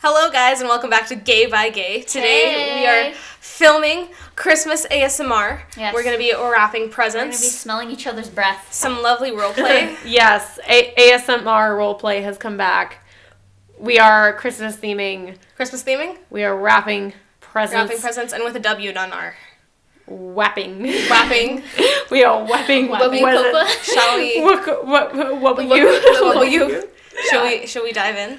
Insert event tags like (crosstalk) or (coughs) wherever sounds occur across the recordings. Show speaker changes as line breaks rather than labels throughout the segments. Hello, guys, and welcome back to Gay by Gay. Today we are
Hey.
filming Christmas ASMR.
Yes.
We're going to be wrapping
We're gonna be
presents,
smelling each other's breath.
some lovely role
(laughs)
play.
yes, A- ASMR roleplay has come back. We are Christmas theming.
Christmas theming,
We are wrapping presents.
wrapping presents, and with a W done R.
Whapping.
(laughs)
Wrapping.
(laughs) we are whapping.
Whapping
What, is
Copa.
it?
shall we?
(laughs) what, co- what, what, (laughs) what will you?
what will you? Shall we? Shall we dive in?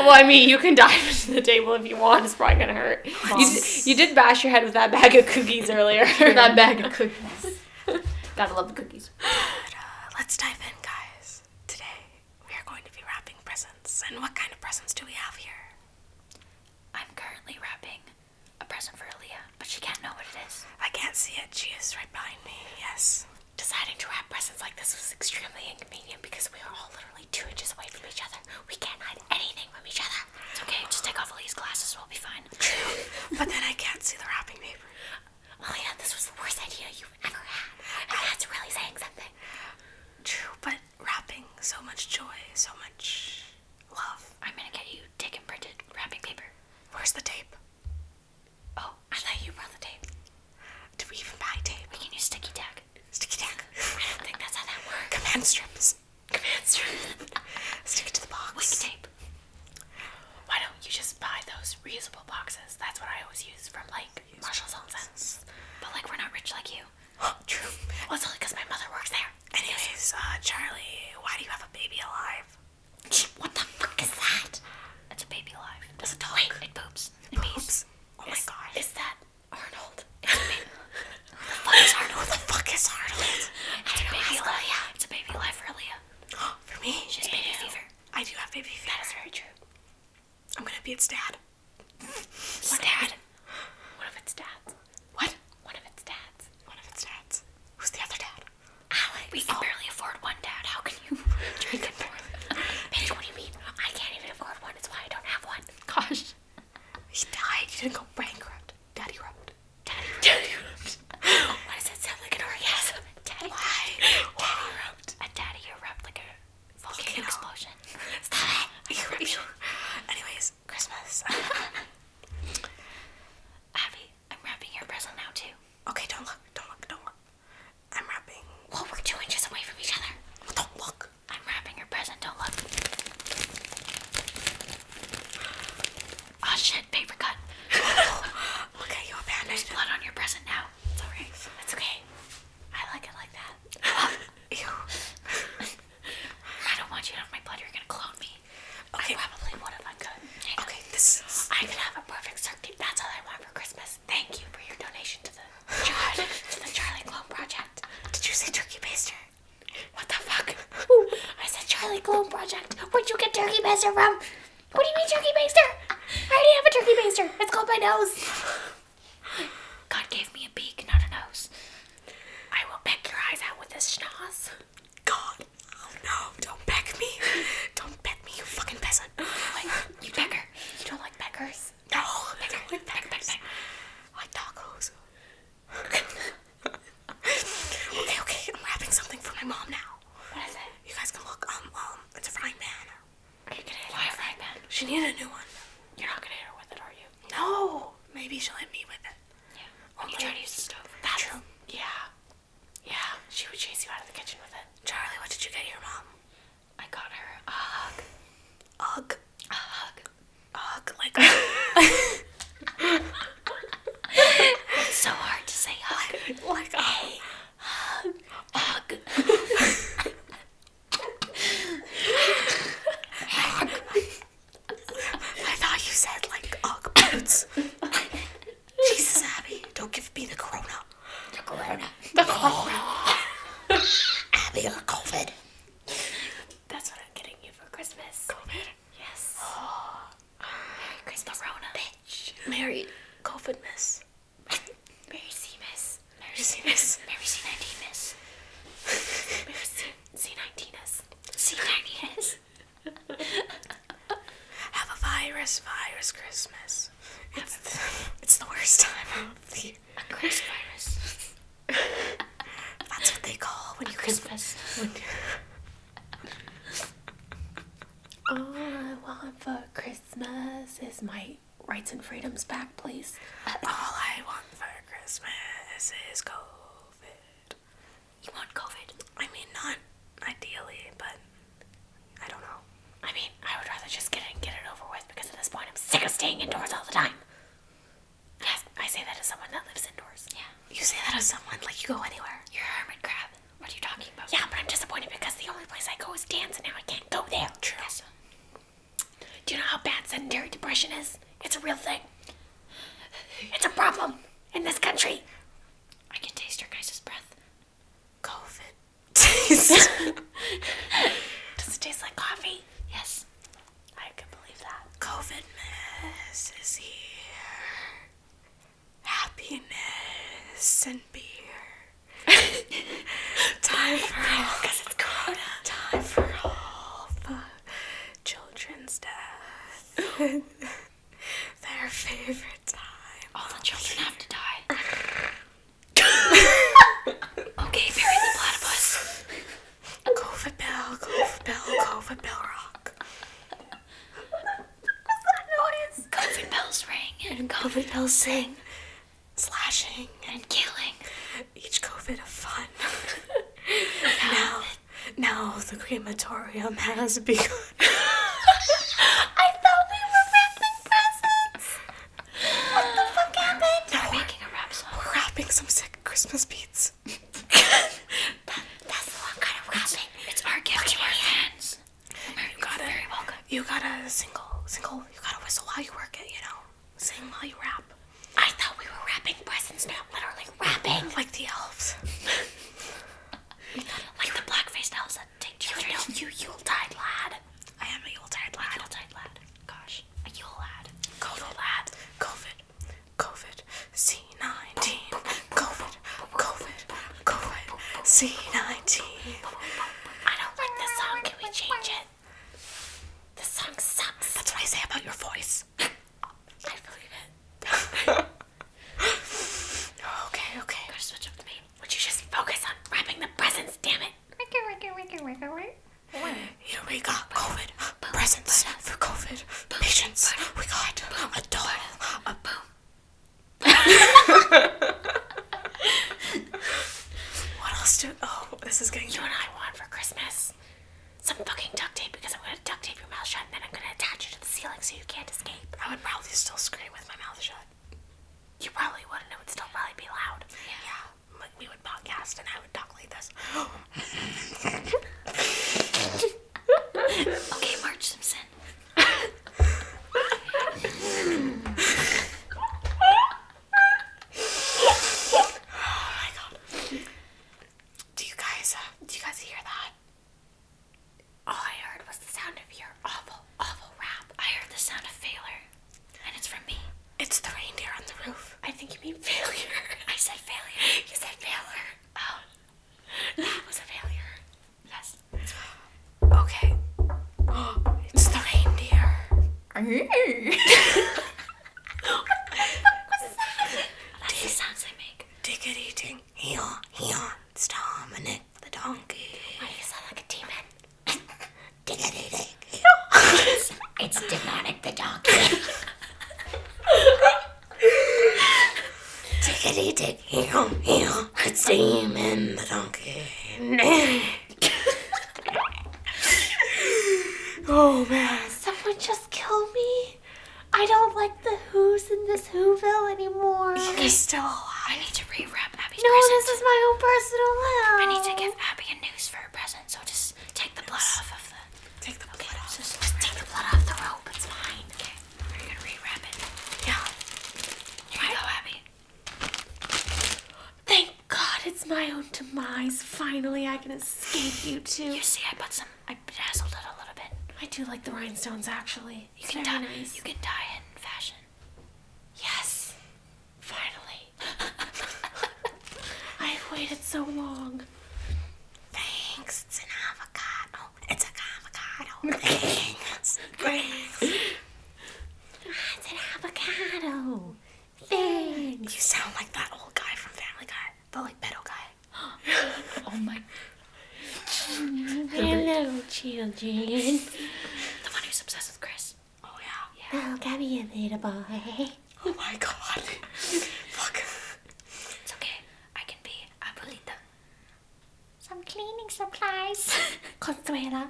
Well, I mean, you can dive (laughs) into the table if you want. It's probably gonna hurt. You, d- you did bash your head with that bag of cookies
(laughs)
earlier.
that bag of cookies. (laughs) Gotta love the cookies.
Let's dive in, guys. Today we are going to be wrapping presents, and what kind of presents do we have here?
I'm currently wrapping a present for Aaliyah, but she can't know what it is.
I can't see it. She is right behind me. Yes. Deciding to wrap presents like this was extremely inconvenient because we are all literally two inches away from each other. We can't hide anything from each other. It's okay. Just take off all these glasses. We'll be fine. but then I can't see the wrapping paper. Alina, this was the worst idea you've ever had. And that's really saying something. True, but wrapping so much joy, so much love. I'm gonna get you taken printed wrapping paper. Where's the tape? Oh, I thought you brought the tape. Do we even buy tape? We can use sticky tack. Sticky tack? I don't think that's how that works. Command strips. Command strips. (laughs) Stick it to the box. Wink tape. Why don't you just buy those reusable boxes? That's what I always use from like Marshall's Home Sense. But like we're not rich like you. True. Well, it's only because my mother works there. Anyways, uh, Charlie, why do you have a baby alive? What the fuck is that?
It's a baby alive.
Does it talk?
It poops. It pees.
Oops. Oh my god.
Is that
(laughs)
Arnold?
fuck is Arnold? Who the fuck is Arnold?
It's a baby alive. It's a baby alive for Aaliyah.
(gasps) For me,
She has baby fever.
I do have baby fever. That is very true. I'm gonna be its dad.
It's dad.
One of its dads. What?
One of its dads.
One of its dads. Who's the other dad?
Alex. We can barely afford one dad. How can you? Drink and more. Bitch, what do you mean? I can't even afford one. It's why I don't have one. Gosh.
He died. He didn't go bankrupt. Daddy rubbed.
Daddy erupt. (laughs) Why does that sound like an orgasm? Daddy.
Why?
Daddy erupt. A daddy erupt like a
Volcano.
volcano explosion. Stop (laughs) it.
Eruption. Anyways, Christmas.
Abby, I'm wrapping your present now too.
okay, don't look. Don't look. Don't look. I'm wrapping.
Well, we're two inches away from each other.
Don't look.
I'm wrapping your present. Don't look. Oh shit! Paper cut.
Okay, you abandoned.
Blood on your present now. It's alright. It's okay. I like it like that.
Ew.
(laughs) I don't want you to have my blood. You're gonna clone me.
Okay.
I probably would if I could. Hang on.
Okay, this is.
I could have a perfect circuit. That's all I want for Christmas. Thank you for your donation to the Char- to the Charlie Clone Project.
Did you say turkey baster?
What the fuck? I said Charlie Clone Project. Where'd you get turkey baster from? What do you mean turkey baster? I already have a turkey baster. It's called my nose. God gave me a beak, not a nose. I will peck your eyes out with this schnoz.
God. Oh no, don't peck me. Don't peck me, you fucking peasant.
Wait, you pecker. You don't like peckers?
No, I don't like
Peck, peck,
peckers.
peck.
I like tacos. (laughs) okay, okay, I'm wrapping something for my mom now.
What is it?
You guys can look. Um, um, it's a frying pan.
Are you gonna Why a frying pan?
She needed a new one.
You're not gonna hit her with it, are you?
No, maybe she'll hit me with it.
Yeah. You try to use the stove.
That's true.
Yeah. Yeah. She would chase you out of the kitchen with it.
Charlie, what did you get your mom?
I got her a hug.
Ugh,
A hug.
ugh, like ugh.
It's so hard to say hug.
like ugh.
Hug.
I thought you said like ugh
(laughs)
boots. Jesus, Abby, don't give me the corona.
The corona.
Abby, you're COVID.
That's what I'm getting you for Christmas.
COVID. (gasps)
Yes. Merry Christmas, Rona. Bitch.
Married. COVID miss.
Merry C, miss. Merry
You see this?
Mary C19 miss. Mary C- C19 is. C90 is.
Have a virus, virus Christmas. It's the, (laughs) it's the worst time of the year.
A Christmas virus.
(laughs) That's what they call when you
Christmas.
All I want
want for Christmas is my rights and freedoms back, please. All I want for Christmas is COVID. You want COVID? I mean, not ideally, but (laughs) I don't know. I mean, I would rather just get it and get it over with because at this point I'm sick of staying indoors all the time. Yes, I say that as someone that lives indoors. Yeah. You say that as someone like you go anywhere. You're a hermit crab. What are you talking about? Yeah, but I'm disappointed because the only place I go is dance, and now I can't go there. True. Do you know how bad sedentary depression is? It's a real thing. It's a problem in this country. I can taste your guys' breath. COVID. Taste. Does it taste like coffee? Yes. I can believe that. COVID mess is here. Happiness and beer. (laughs) Time for all. Because it's Corona. Time for all the children's death. (laughs) Their favorite time. All the children have to die. okay, bury the platypus. COVID bell, COVID bell, COVID bell rock. (laughs) What's that noise? COVID bells ring and COVID bells sing. Slashing and killing. Each COVID of fun. (laughs) now, now the crematorium has begun. (laughs) (laughs) I thought we were wrapping presents. What the fuck happened? Now we're making a rap song. We're wrapping some sick Christmas beats. that, that's the one kind of wrapping. It's, our gift to our fans. You gotta, very welcome. You gotta single, single. You gotta whistle while you work it. You know, sing while you rap. I thought we were wrapping presents, now literally wrapping. Like the (laughs) elves. like the black-faced elves that take children. You, you, Yuletide lad. I am a Yuletide lad. Yuletide lad. Gosh. A Yule lad. COVID lad. COVID. COVID. C19. COVID. COVID. COVID. C19. I don't like this song. Can we change it? This song sucks. That's what I say about your voice. I believe it. (laughs) okay, okay. Gotta switch up the beat. Would you just focus on wrapping the presents, damn it? Here we got COVID (gasps) presents for COVID patients. We got a doll, a boom. (laughs) what else do? Oh, this is getting. You and I want for Christmas some fucking duct tape because I'm gonna duct tape your mouth shut and then I'm gonna attach it to the ceiling so you can't escape. I would probably still scream with my mouth shut. You probably wouldn't. It would still probably be loud. Yeah. Like we would podcast and I would talk like this. (gasps) okay, Marge Simpson. oh my god. Do you guys uh, do you guys hear that? All I heard was the sound of your awful, awful rap. I heard the sound of failure. And it's from me. It's the reindeer on the roof. I think you mean failure. (laughs) I said failure. You said failure. Oh. That was a failure. Yes. Okay. it's the reindeer. That's the sounds I make. Diggity ding. Yawn, yawn. It's Dominic the donkey. Why do you sound like a demon? (laughs) Diggity (laughs) ding.
It's demonic the donkey.
(laughs) Diggity dig, heel, heel. It's Demon the (laughs) donkey. oh man.
Someone just kill me. I don't like the who's in this Whoville anymore.
He's still alive. I need to rewrap Abby's
No, this is my own personal hell.
I need to give Abby a noose for her present, so just take the blood off of the. Take the blood off. Just, take the blood off the rope. It's fine. Okay. We're gonna rewrap it. Yeah. Here you go, Abby.
Thank God it's my own demise. Finally, I can escape you two.
You see, I put some. I dazzled it a little bit.
I do like the rhinestones, actually.
You can
Very
dye.
nice.
You can dye it in fashion.
Yes, finally. I've waited so long.
Thanks. It's an avocado. It's an (laughs) avocado. Thanks. Thanks.
It's an avocado. Thanks.
You sound like that old guy from Family Guy, the like pedo guy.
Hello, children.
(laughs) The one who's obsessed with Chris. Oh, Gabby, a little boy.
Oh my god. Fuck.
It's okay. I can be Abuelita. Some cleaning supplies. (laughs) Consuela.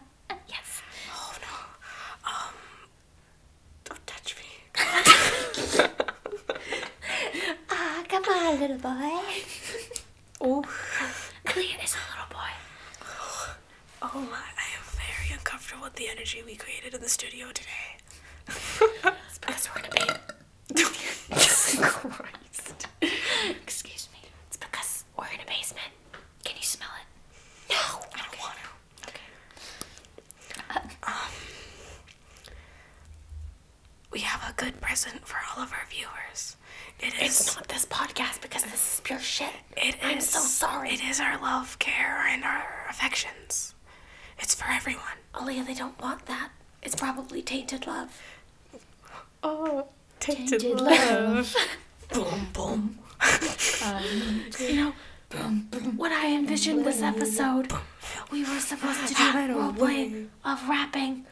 Yes.
Oh no. Um. Don't touch me.
(laughs) Ah, come on, little boy.
Oh.
Clean is a little boy.
Oh my. I am very uncomfortable with the energy we created in the studio today.
It's because we're gonna be.
(laughs) Christ.
Excuse me. It's because we're in a basement. Can you smell it?
No, I don't want to. Okay. Um, we have a good present for all of our viewers. It is.
It's not this podcast because this is pure shit.
It
I'm
is-
so sorry.
It is our love, care, and our affections. It's for everyone.
Only they don't want that. It's probably tainted love.
Oh, tainted,
Tainted
love.
Boom, boom.
You know, when I envisioned this episode, we were supposed to do role playing of rapping.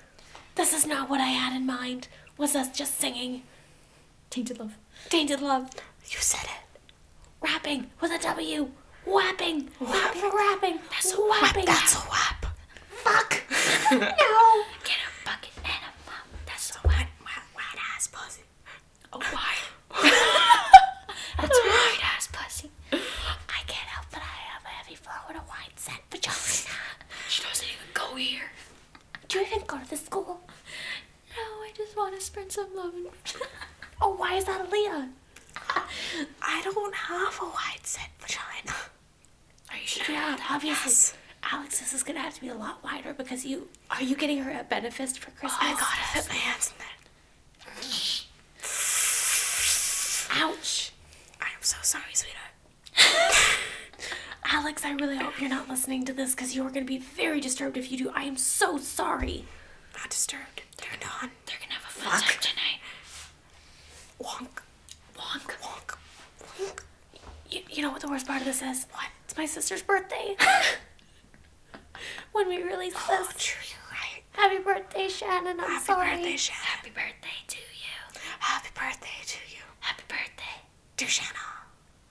This is not what I had in mind. Was us just singing
Tainted love.
"Tainted Love,"
You said it.
rapping with a W, whapping, not for rapping, whapping.
That's a whap.
Fuck. no.
Get a bucket and a mop. That's a whap. Wet, wet ass pussy. A (laughs)
That's right, ass pussy. I can't help but I have a heavy flow and a wide set vagina.
She doesn't even go here.
Do you even go to this school?
No, I just want to spread some love. And-
(laughs) Oh, why is that Aaliyah?
I don't have a wide set vagina. Are you sure?
Yeah, obviously.
Yes.
Alex, this is gonna have to be a lot wider because you are you getting her a benefit for Christmas?
Oh, I gotta fit my hands in that.
Ouch!
I am so sorry, sweetheart.
(laughs) Alex, I really hope you're not listening to this because you are gonna be very disturbed if you do. I am so sorry.
Not disturbed. Turned on.
They're gonna have a fun
Fuck.
time tonight.
Wonk. Wonk. Wonk. Wonk.
You, you know what the worst part of this is? What? It's my
(laughs)
sister's birthday. when we release
Oh,
this.
true, you're right.
Happy birthday, Shannon. I'm
Happy
sorry.
birthday, Shannon.
Happy birthday to you.
Happy birthday to you.
Happy birthday.
To Shannon.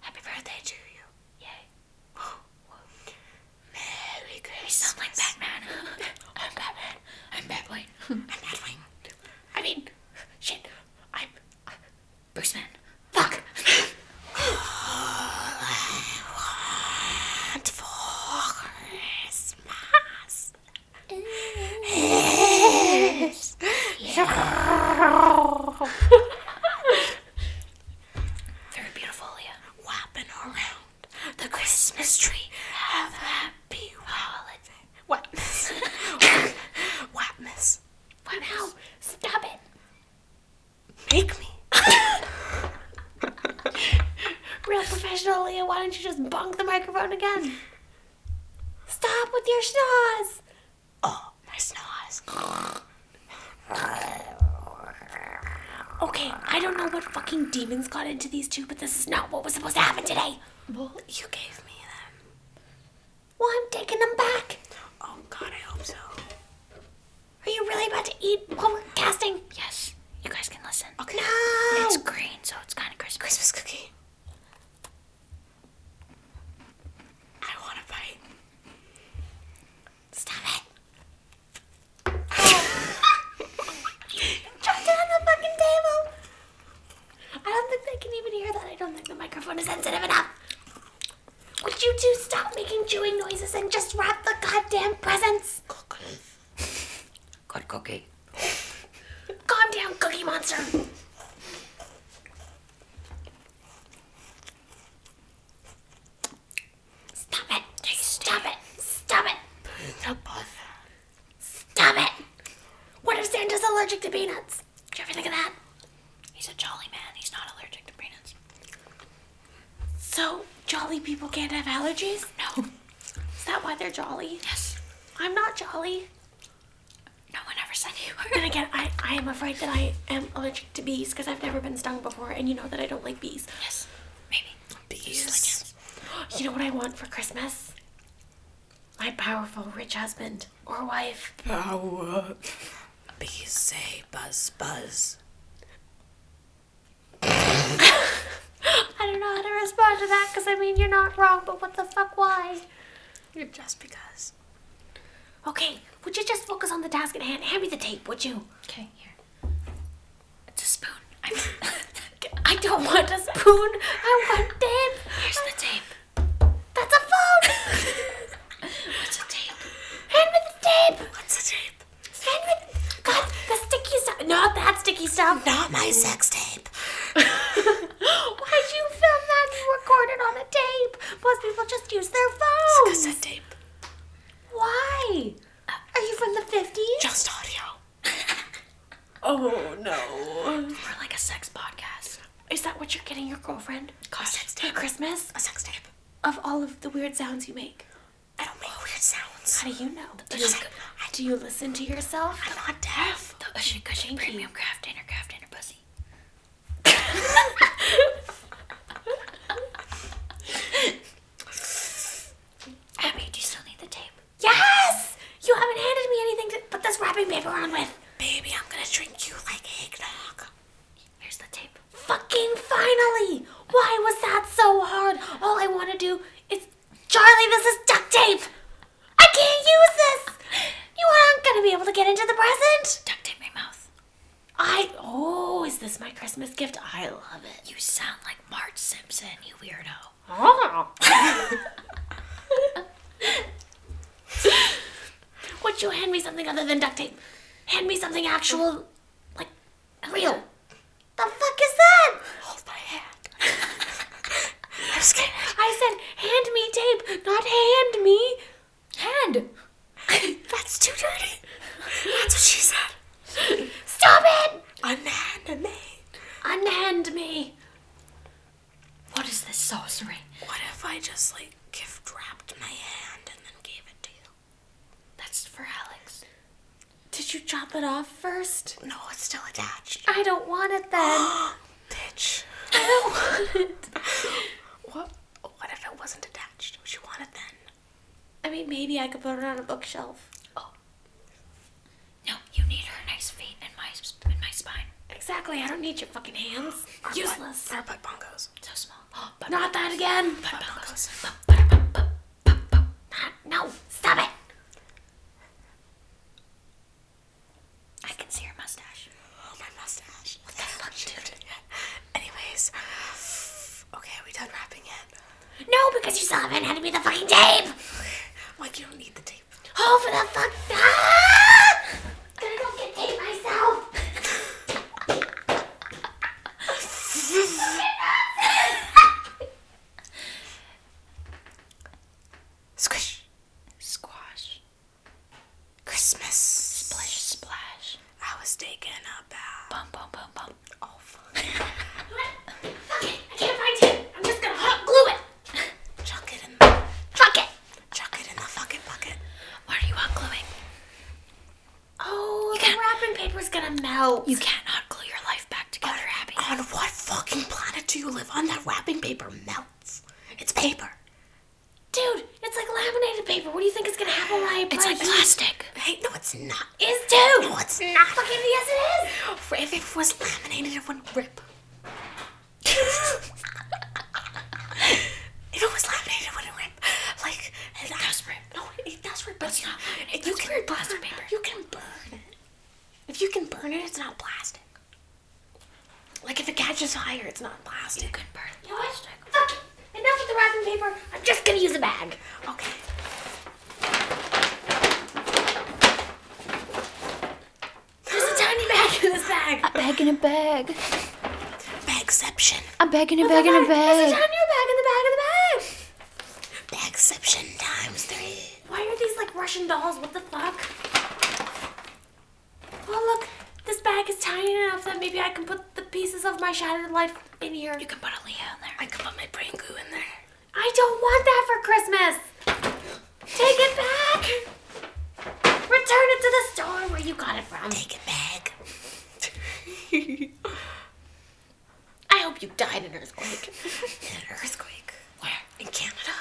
Happy birthday to you.
Yay.
(gasps) Merry
You sound
Christmas.
like Batman.
(laughs)
I'm Batman. I'm Batman.
I'm Batwing.
I mean, shit. I'm uh,
Bruce Man.
fuck.
And for Christmas.
Very beautiful, Leah.
Whopping around the Christmas tree. Have a happy holiday. Whatness. Whatness.
Wow. Stop it.
Make me.
Real professional, Leah. Why don't you just bonk the microphone again? Stop with your schnoz.
Oh, my snores.
Okay, I don't know what fucking demons got into these two, but this is not what was supposed to happen today.
Well,
You gave me them.
Well, I'm taking them back.
Oh, God, I hope so.
Are you really about to eat while we're casting?
Yes.
You guys can listen.
Okay.
No.
It's
green, so it's kind of crispy.
Christmas cookie. I want to bite.
Stop (laughs) it. Dropped it on the fucking table. I don't think they can even hear that. I don't think the microphone is sensitive enough. Would you two stop making chewing noises and just wrap the goddamn presents?
Good cookie.
Calm down, Cookie Monster. Stop it. Stop it. Stop it. Stop it! What if Santa's allergic to peanuts? Did you ever think of that?
He's a jolly man. He's not allergic to peanuts.
So, jolly people can't have allergies?
No.
Is that why they're jolly?
Yes.
I'm not jolly.
No one ever said you were.
(laughs) And again, I, I am afraid that I am allergic to bees because I've never been stung before, and you know that I don't like bees.
Yes. Maybe. Bees.
(gasps) You know what I want for Christmas? My powerful, rich husband or wife.
Power. Bees say buzz buzz.
don't know how to respond to that because I mean, you're not wrong, but what the fuck, why?
Just because.
Okay, would you just focus on the task at hand? Hand me the tape, would you?
Okay, here. It's a spoon. I'm
(laughs) I don't want a spoon. I want tape.
Here's the tape.
That's a phone.
(laughs) What's a tape?
hand me the tape.
What's a tape?
Hand me the, God, the sticky stuff. Not that sticky stuff.
Not my sex tape.
(laughs) Why'd you film that and record it on a tape? Most people just use their phones.
Cassette tape.
Oh. Why? Are you from the 50s?
Just audio.
(laughs)
Oh no.
We're like a sex podcast.
Is that what you're getting your girlfriend
Gosh,
for Christmas?
a sex tape.
Of all of the weird sounds you make.
I don't make weird sounds.
How do you know? Do you,
Just-
do you listen to yourself?
I'm not deaf. The ushy cushy premium craft dinner craft dinner pussy. Abby, do you still need the tape?
Yes! You haven't handed me anything to put this wrapping paper on with.
Baby, I'm gonna drink you like eggnog. Here's the tape.
Fucking finally! Why was that so hard? All I want to do is. Charlie, this is duct tape! I can't use this! You aren't gonna be able to get into the present!
Duct tape my mouth.
I. Oh, is this my Christmas gift? I love it.
You sound like Marge Simpson, you weirdo.
Would you hand me something other than duct tape? Hand me something actual, like, real. The fuck is that?
Hold my hand.
(laughs)
I'm scared.
I said, hand me tape, not hand me.
Hand.
(laughs)
That's too dirty. That's what she said.
Stop it!
Unhand me.
Unhand me.
What is this sorcery? What if I just like gift wrapped my hand and then gave it to you? That's for Alex.
Did you chop it off first?
No, it's still attached.
I don't want it then.
Bitch.
I don't
Oh. (laughs)
want it.
What? What if it wasn't attached? Would you want it then?
I mean, maybe I could put it on a bookshelf.
No, you need her nice feet and my and my spine.
Exactly, I don't need your fucking hands. Useless.
Our butt bongos. So small. Butt
Not that again.
butt bongos.
No, stop it.
I can see your mustache. Oh, my mustache. What the fuck, dude? Anyways, okay, are we done wrapping it?
No, because you still haven't handed me the fucking tape.
Like, you don't need the tape.
Oh, for the fuck. Ah! Gonna go get tape myself.
Squish. Squash. Christmas. Splish, splash. I was taking a bath. Bum, bum, bum, bum. Oh,
(laughs)
fuck.
Okay, I can't find tape. I'm just gonna hot glue it.
Chuck it in the,
Fuck it.
chuck it in the fucking bucket. What are you ungluing?
Oh, the wrapping paper's gonna melt.
You can't unglue your life back together, Abby. On what fucking planet do you live on that wrapping paper melts? It's paper.
Dude, it's like laminated paper. What do you think is gonna happen when I apply
It's like
heat?
plastic. Hey, no, it's not.
Is too.
No, it's not.
Fucking yes, it is.
If it was laminated, it wouldn't rip. (laughs) if it was laminated, it wouldn't rip. Like, it does rip. No, it does rip, but it's not. It, you can plastic paper. You can burn it. If you can burn it, it's not plastic. Like, if it catches fire, it's not plastic. You can burn
You know what? Fuck it. Enough with the wrapping paper. I'm just gonna use a bag.
Okay.
There's a tiny bag in this bag.
A bag in a bag.
Bagception.
A bag in a bag in a bag.
There's a tiny bag in the bag in the bag.
Bagception times three.
Why are these like Russian dolls? What the fuck? Oh look, this bag is tiny enough that maybe I can put the pieces of my shattered life in here.
You can put a Leo in there. I can put my brain goo in there.
I don't want that for Christmas. Take it back. Return it to the store where you got it from.
Take it back.
(laughs) I hope you died in an earthquake.
In an earthquake. Where? In Canada.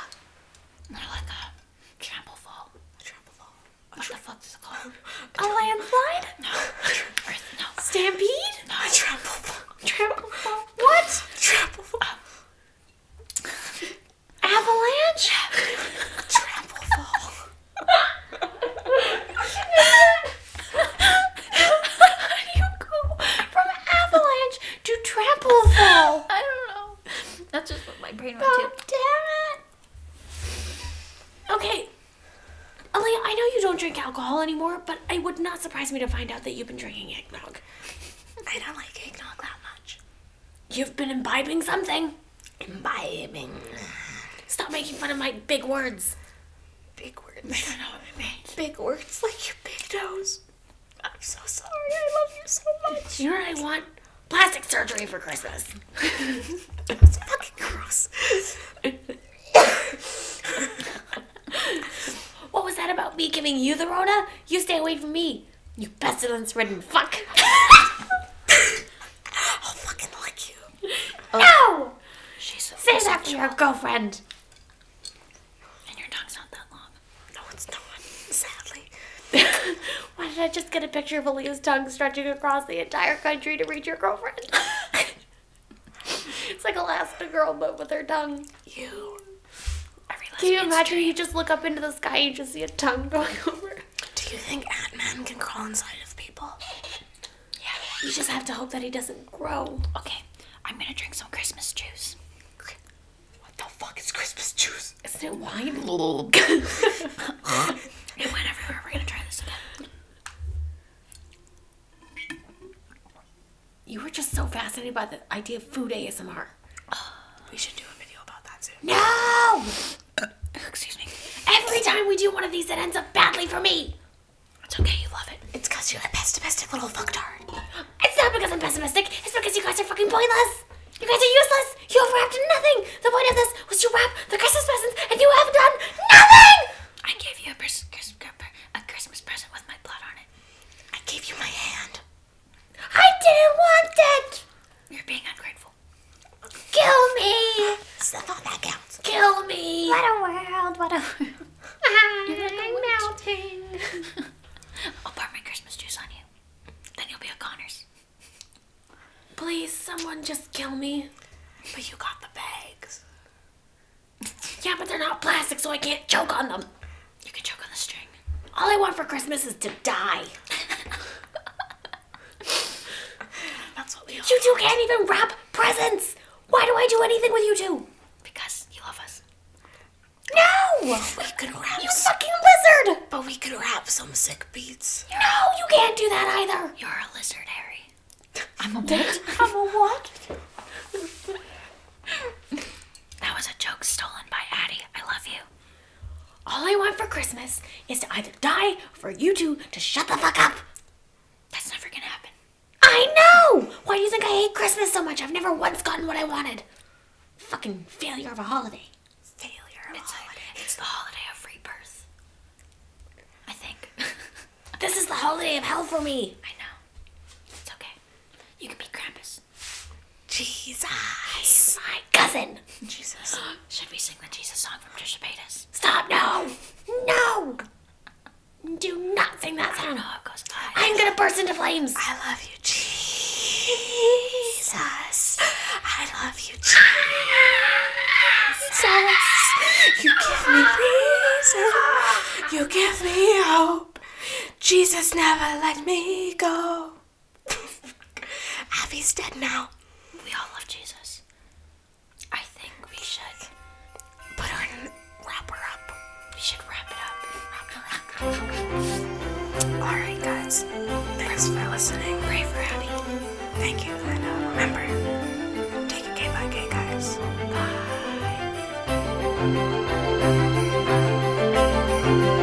More like a trample fall. A trample fall. what the fuck is it called?
A landslide?
(laughs) No. Earth, no.
Stampede?
No. A trample fall. Um,
Trample? What?
Trample fall.
my brain went to.
um, damn it. Okay. Aaliyah, I know you don't drink alcohol anymore, but it would not surprise me to find out that you've been drinking eggnog.
I don't like eggnog that much.
You've been imbibing something.
Imbibing.
Stop making fun of my big words.
Big words. I don't know what I mean. Big words like your big nose. I'm so sorry. I love you so much.
You know what I want? Plastic surgery for Christmas.
It's fucking gross.
What was that about me giving you the Rona? You stay away from me, you pestilence
(laughs)
ridden fuck.
I'll fucking like you.
No!
She's so.
Say that to your girlfriend.
And your dog's not that long. No, it's not. Sadly.
(laughs) Why did I just get a picture of Aaliyah's tongue stretching across the entire country to reach your girlfriend? (laughs) it's like Elastigirl, but with her tongue.
You. I realize
Can you
it's-
imagine you just look up into the sky and just see a tongue going (laughs) over?
Do you think Ant Man can crawl inside of people?
You just have to hope that he doesn't grow.
Okay, I'm gonna drink some Christmas juice. What the fuck is Christmas juice?
Isn't
(laughs)
it wine?
It went everywhere. We're gonna try this again.
You were just so fascinated by the idea of food ASMR.
We should do a video about that soon.
No! (coughs)
Excuse me.
Every time we do one of these, it ends up badly for me.
It's okay, you love it. It's cause you're a pessimistic little fucktard.
It's not because I'm pessimistic. It's because you guys are fucking pointless. You guys are useless. You have wrapped in nothing. The point of this was to wrap the Christmas presents, and you have done nothing.
I gave you a, pres- Chris- a Christmas present with my blood on it. I gave you my hand.
I didn't want it.
You're being ungrateful.
Kill me.
That's all that counts.
Kill me.
What a world, what a (laughs) world.
I'm melting.
I'll pour my Christmas juice on you. Then you'll be a Connors.
Please, someone just kill me.
But you got the bags.
Yeah, but they're not plastic, so I can't choke on them.
You can choke on the string.
All I want for Christmas is to die.
(laughs) That's what we all
You two can't even wrap presents. Why do I do anything with you two?
because you love us.
No!
We could rap.
You fucking lizard!
but we could rap some sick beats.
No, you can't do that either.
You're a lizard, Harry. (laughs) I'm a what?
(laughs) I'm a what?
That was a joke stolen by Addie. I love you.
All I want for Christmas is to either die or for you two to shut the fuck up.
That's never gonna happen.
I know! Why do you think I hate Christmas so much? I've never once gotten what I wanted. Fucking failure of a holiday.
Failure. It's, a, it's the holiday of rebirth. I think. (laughs)
This is the holiday of hell for me.
I know. It's okay. You can be Krampus. Jesus.
My cousin. (gasps)
Jesus. Should we sing the Jesus song from Trisha Paytas?
Stop, no! No! Do not sing that
I don't know
sound.
how it goes by.
I'm gonna burst into flames.
I love you, Jesus. (gasps) I love you, Jesus. You give me reason. You give me hope. Jesus never let me go. (laughs) Abby's dead now. We all love Jesus. I think we should put her in, wrap her up. We should wrap it up. Wrap her up. Alright, guys. Thanks for listening. Pray for Abby. Thank you. And uh, remember, take it day by day, guys. Bye.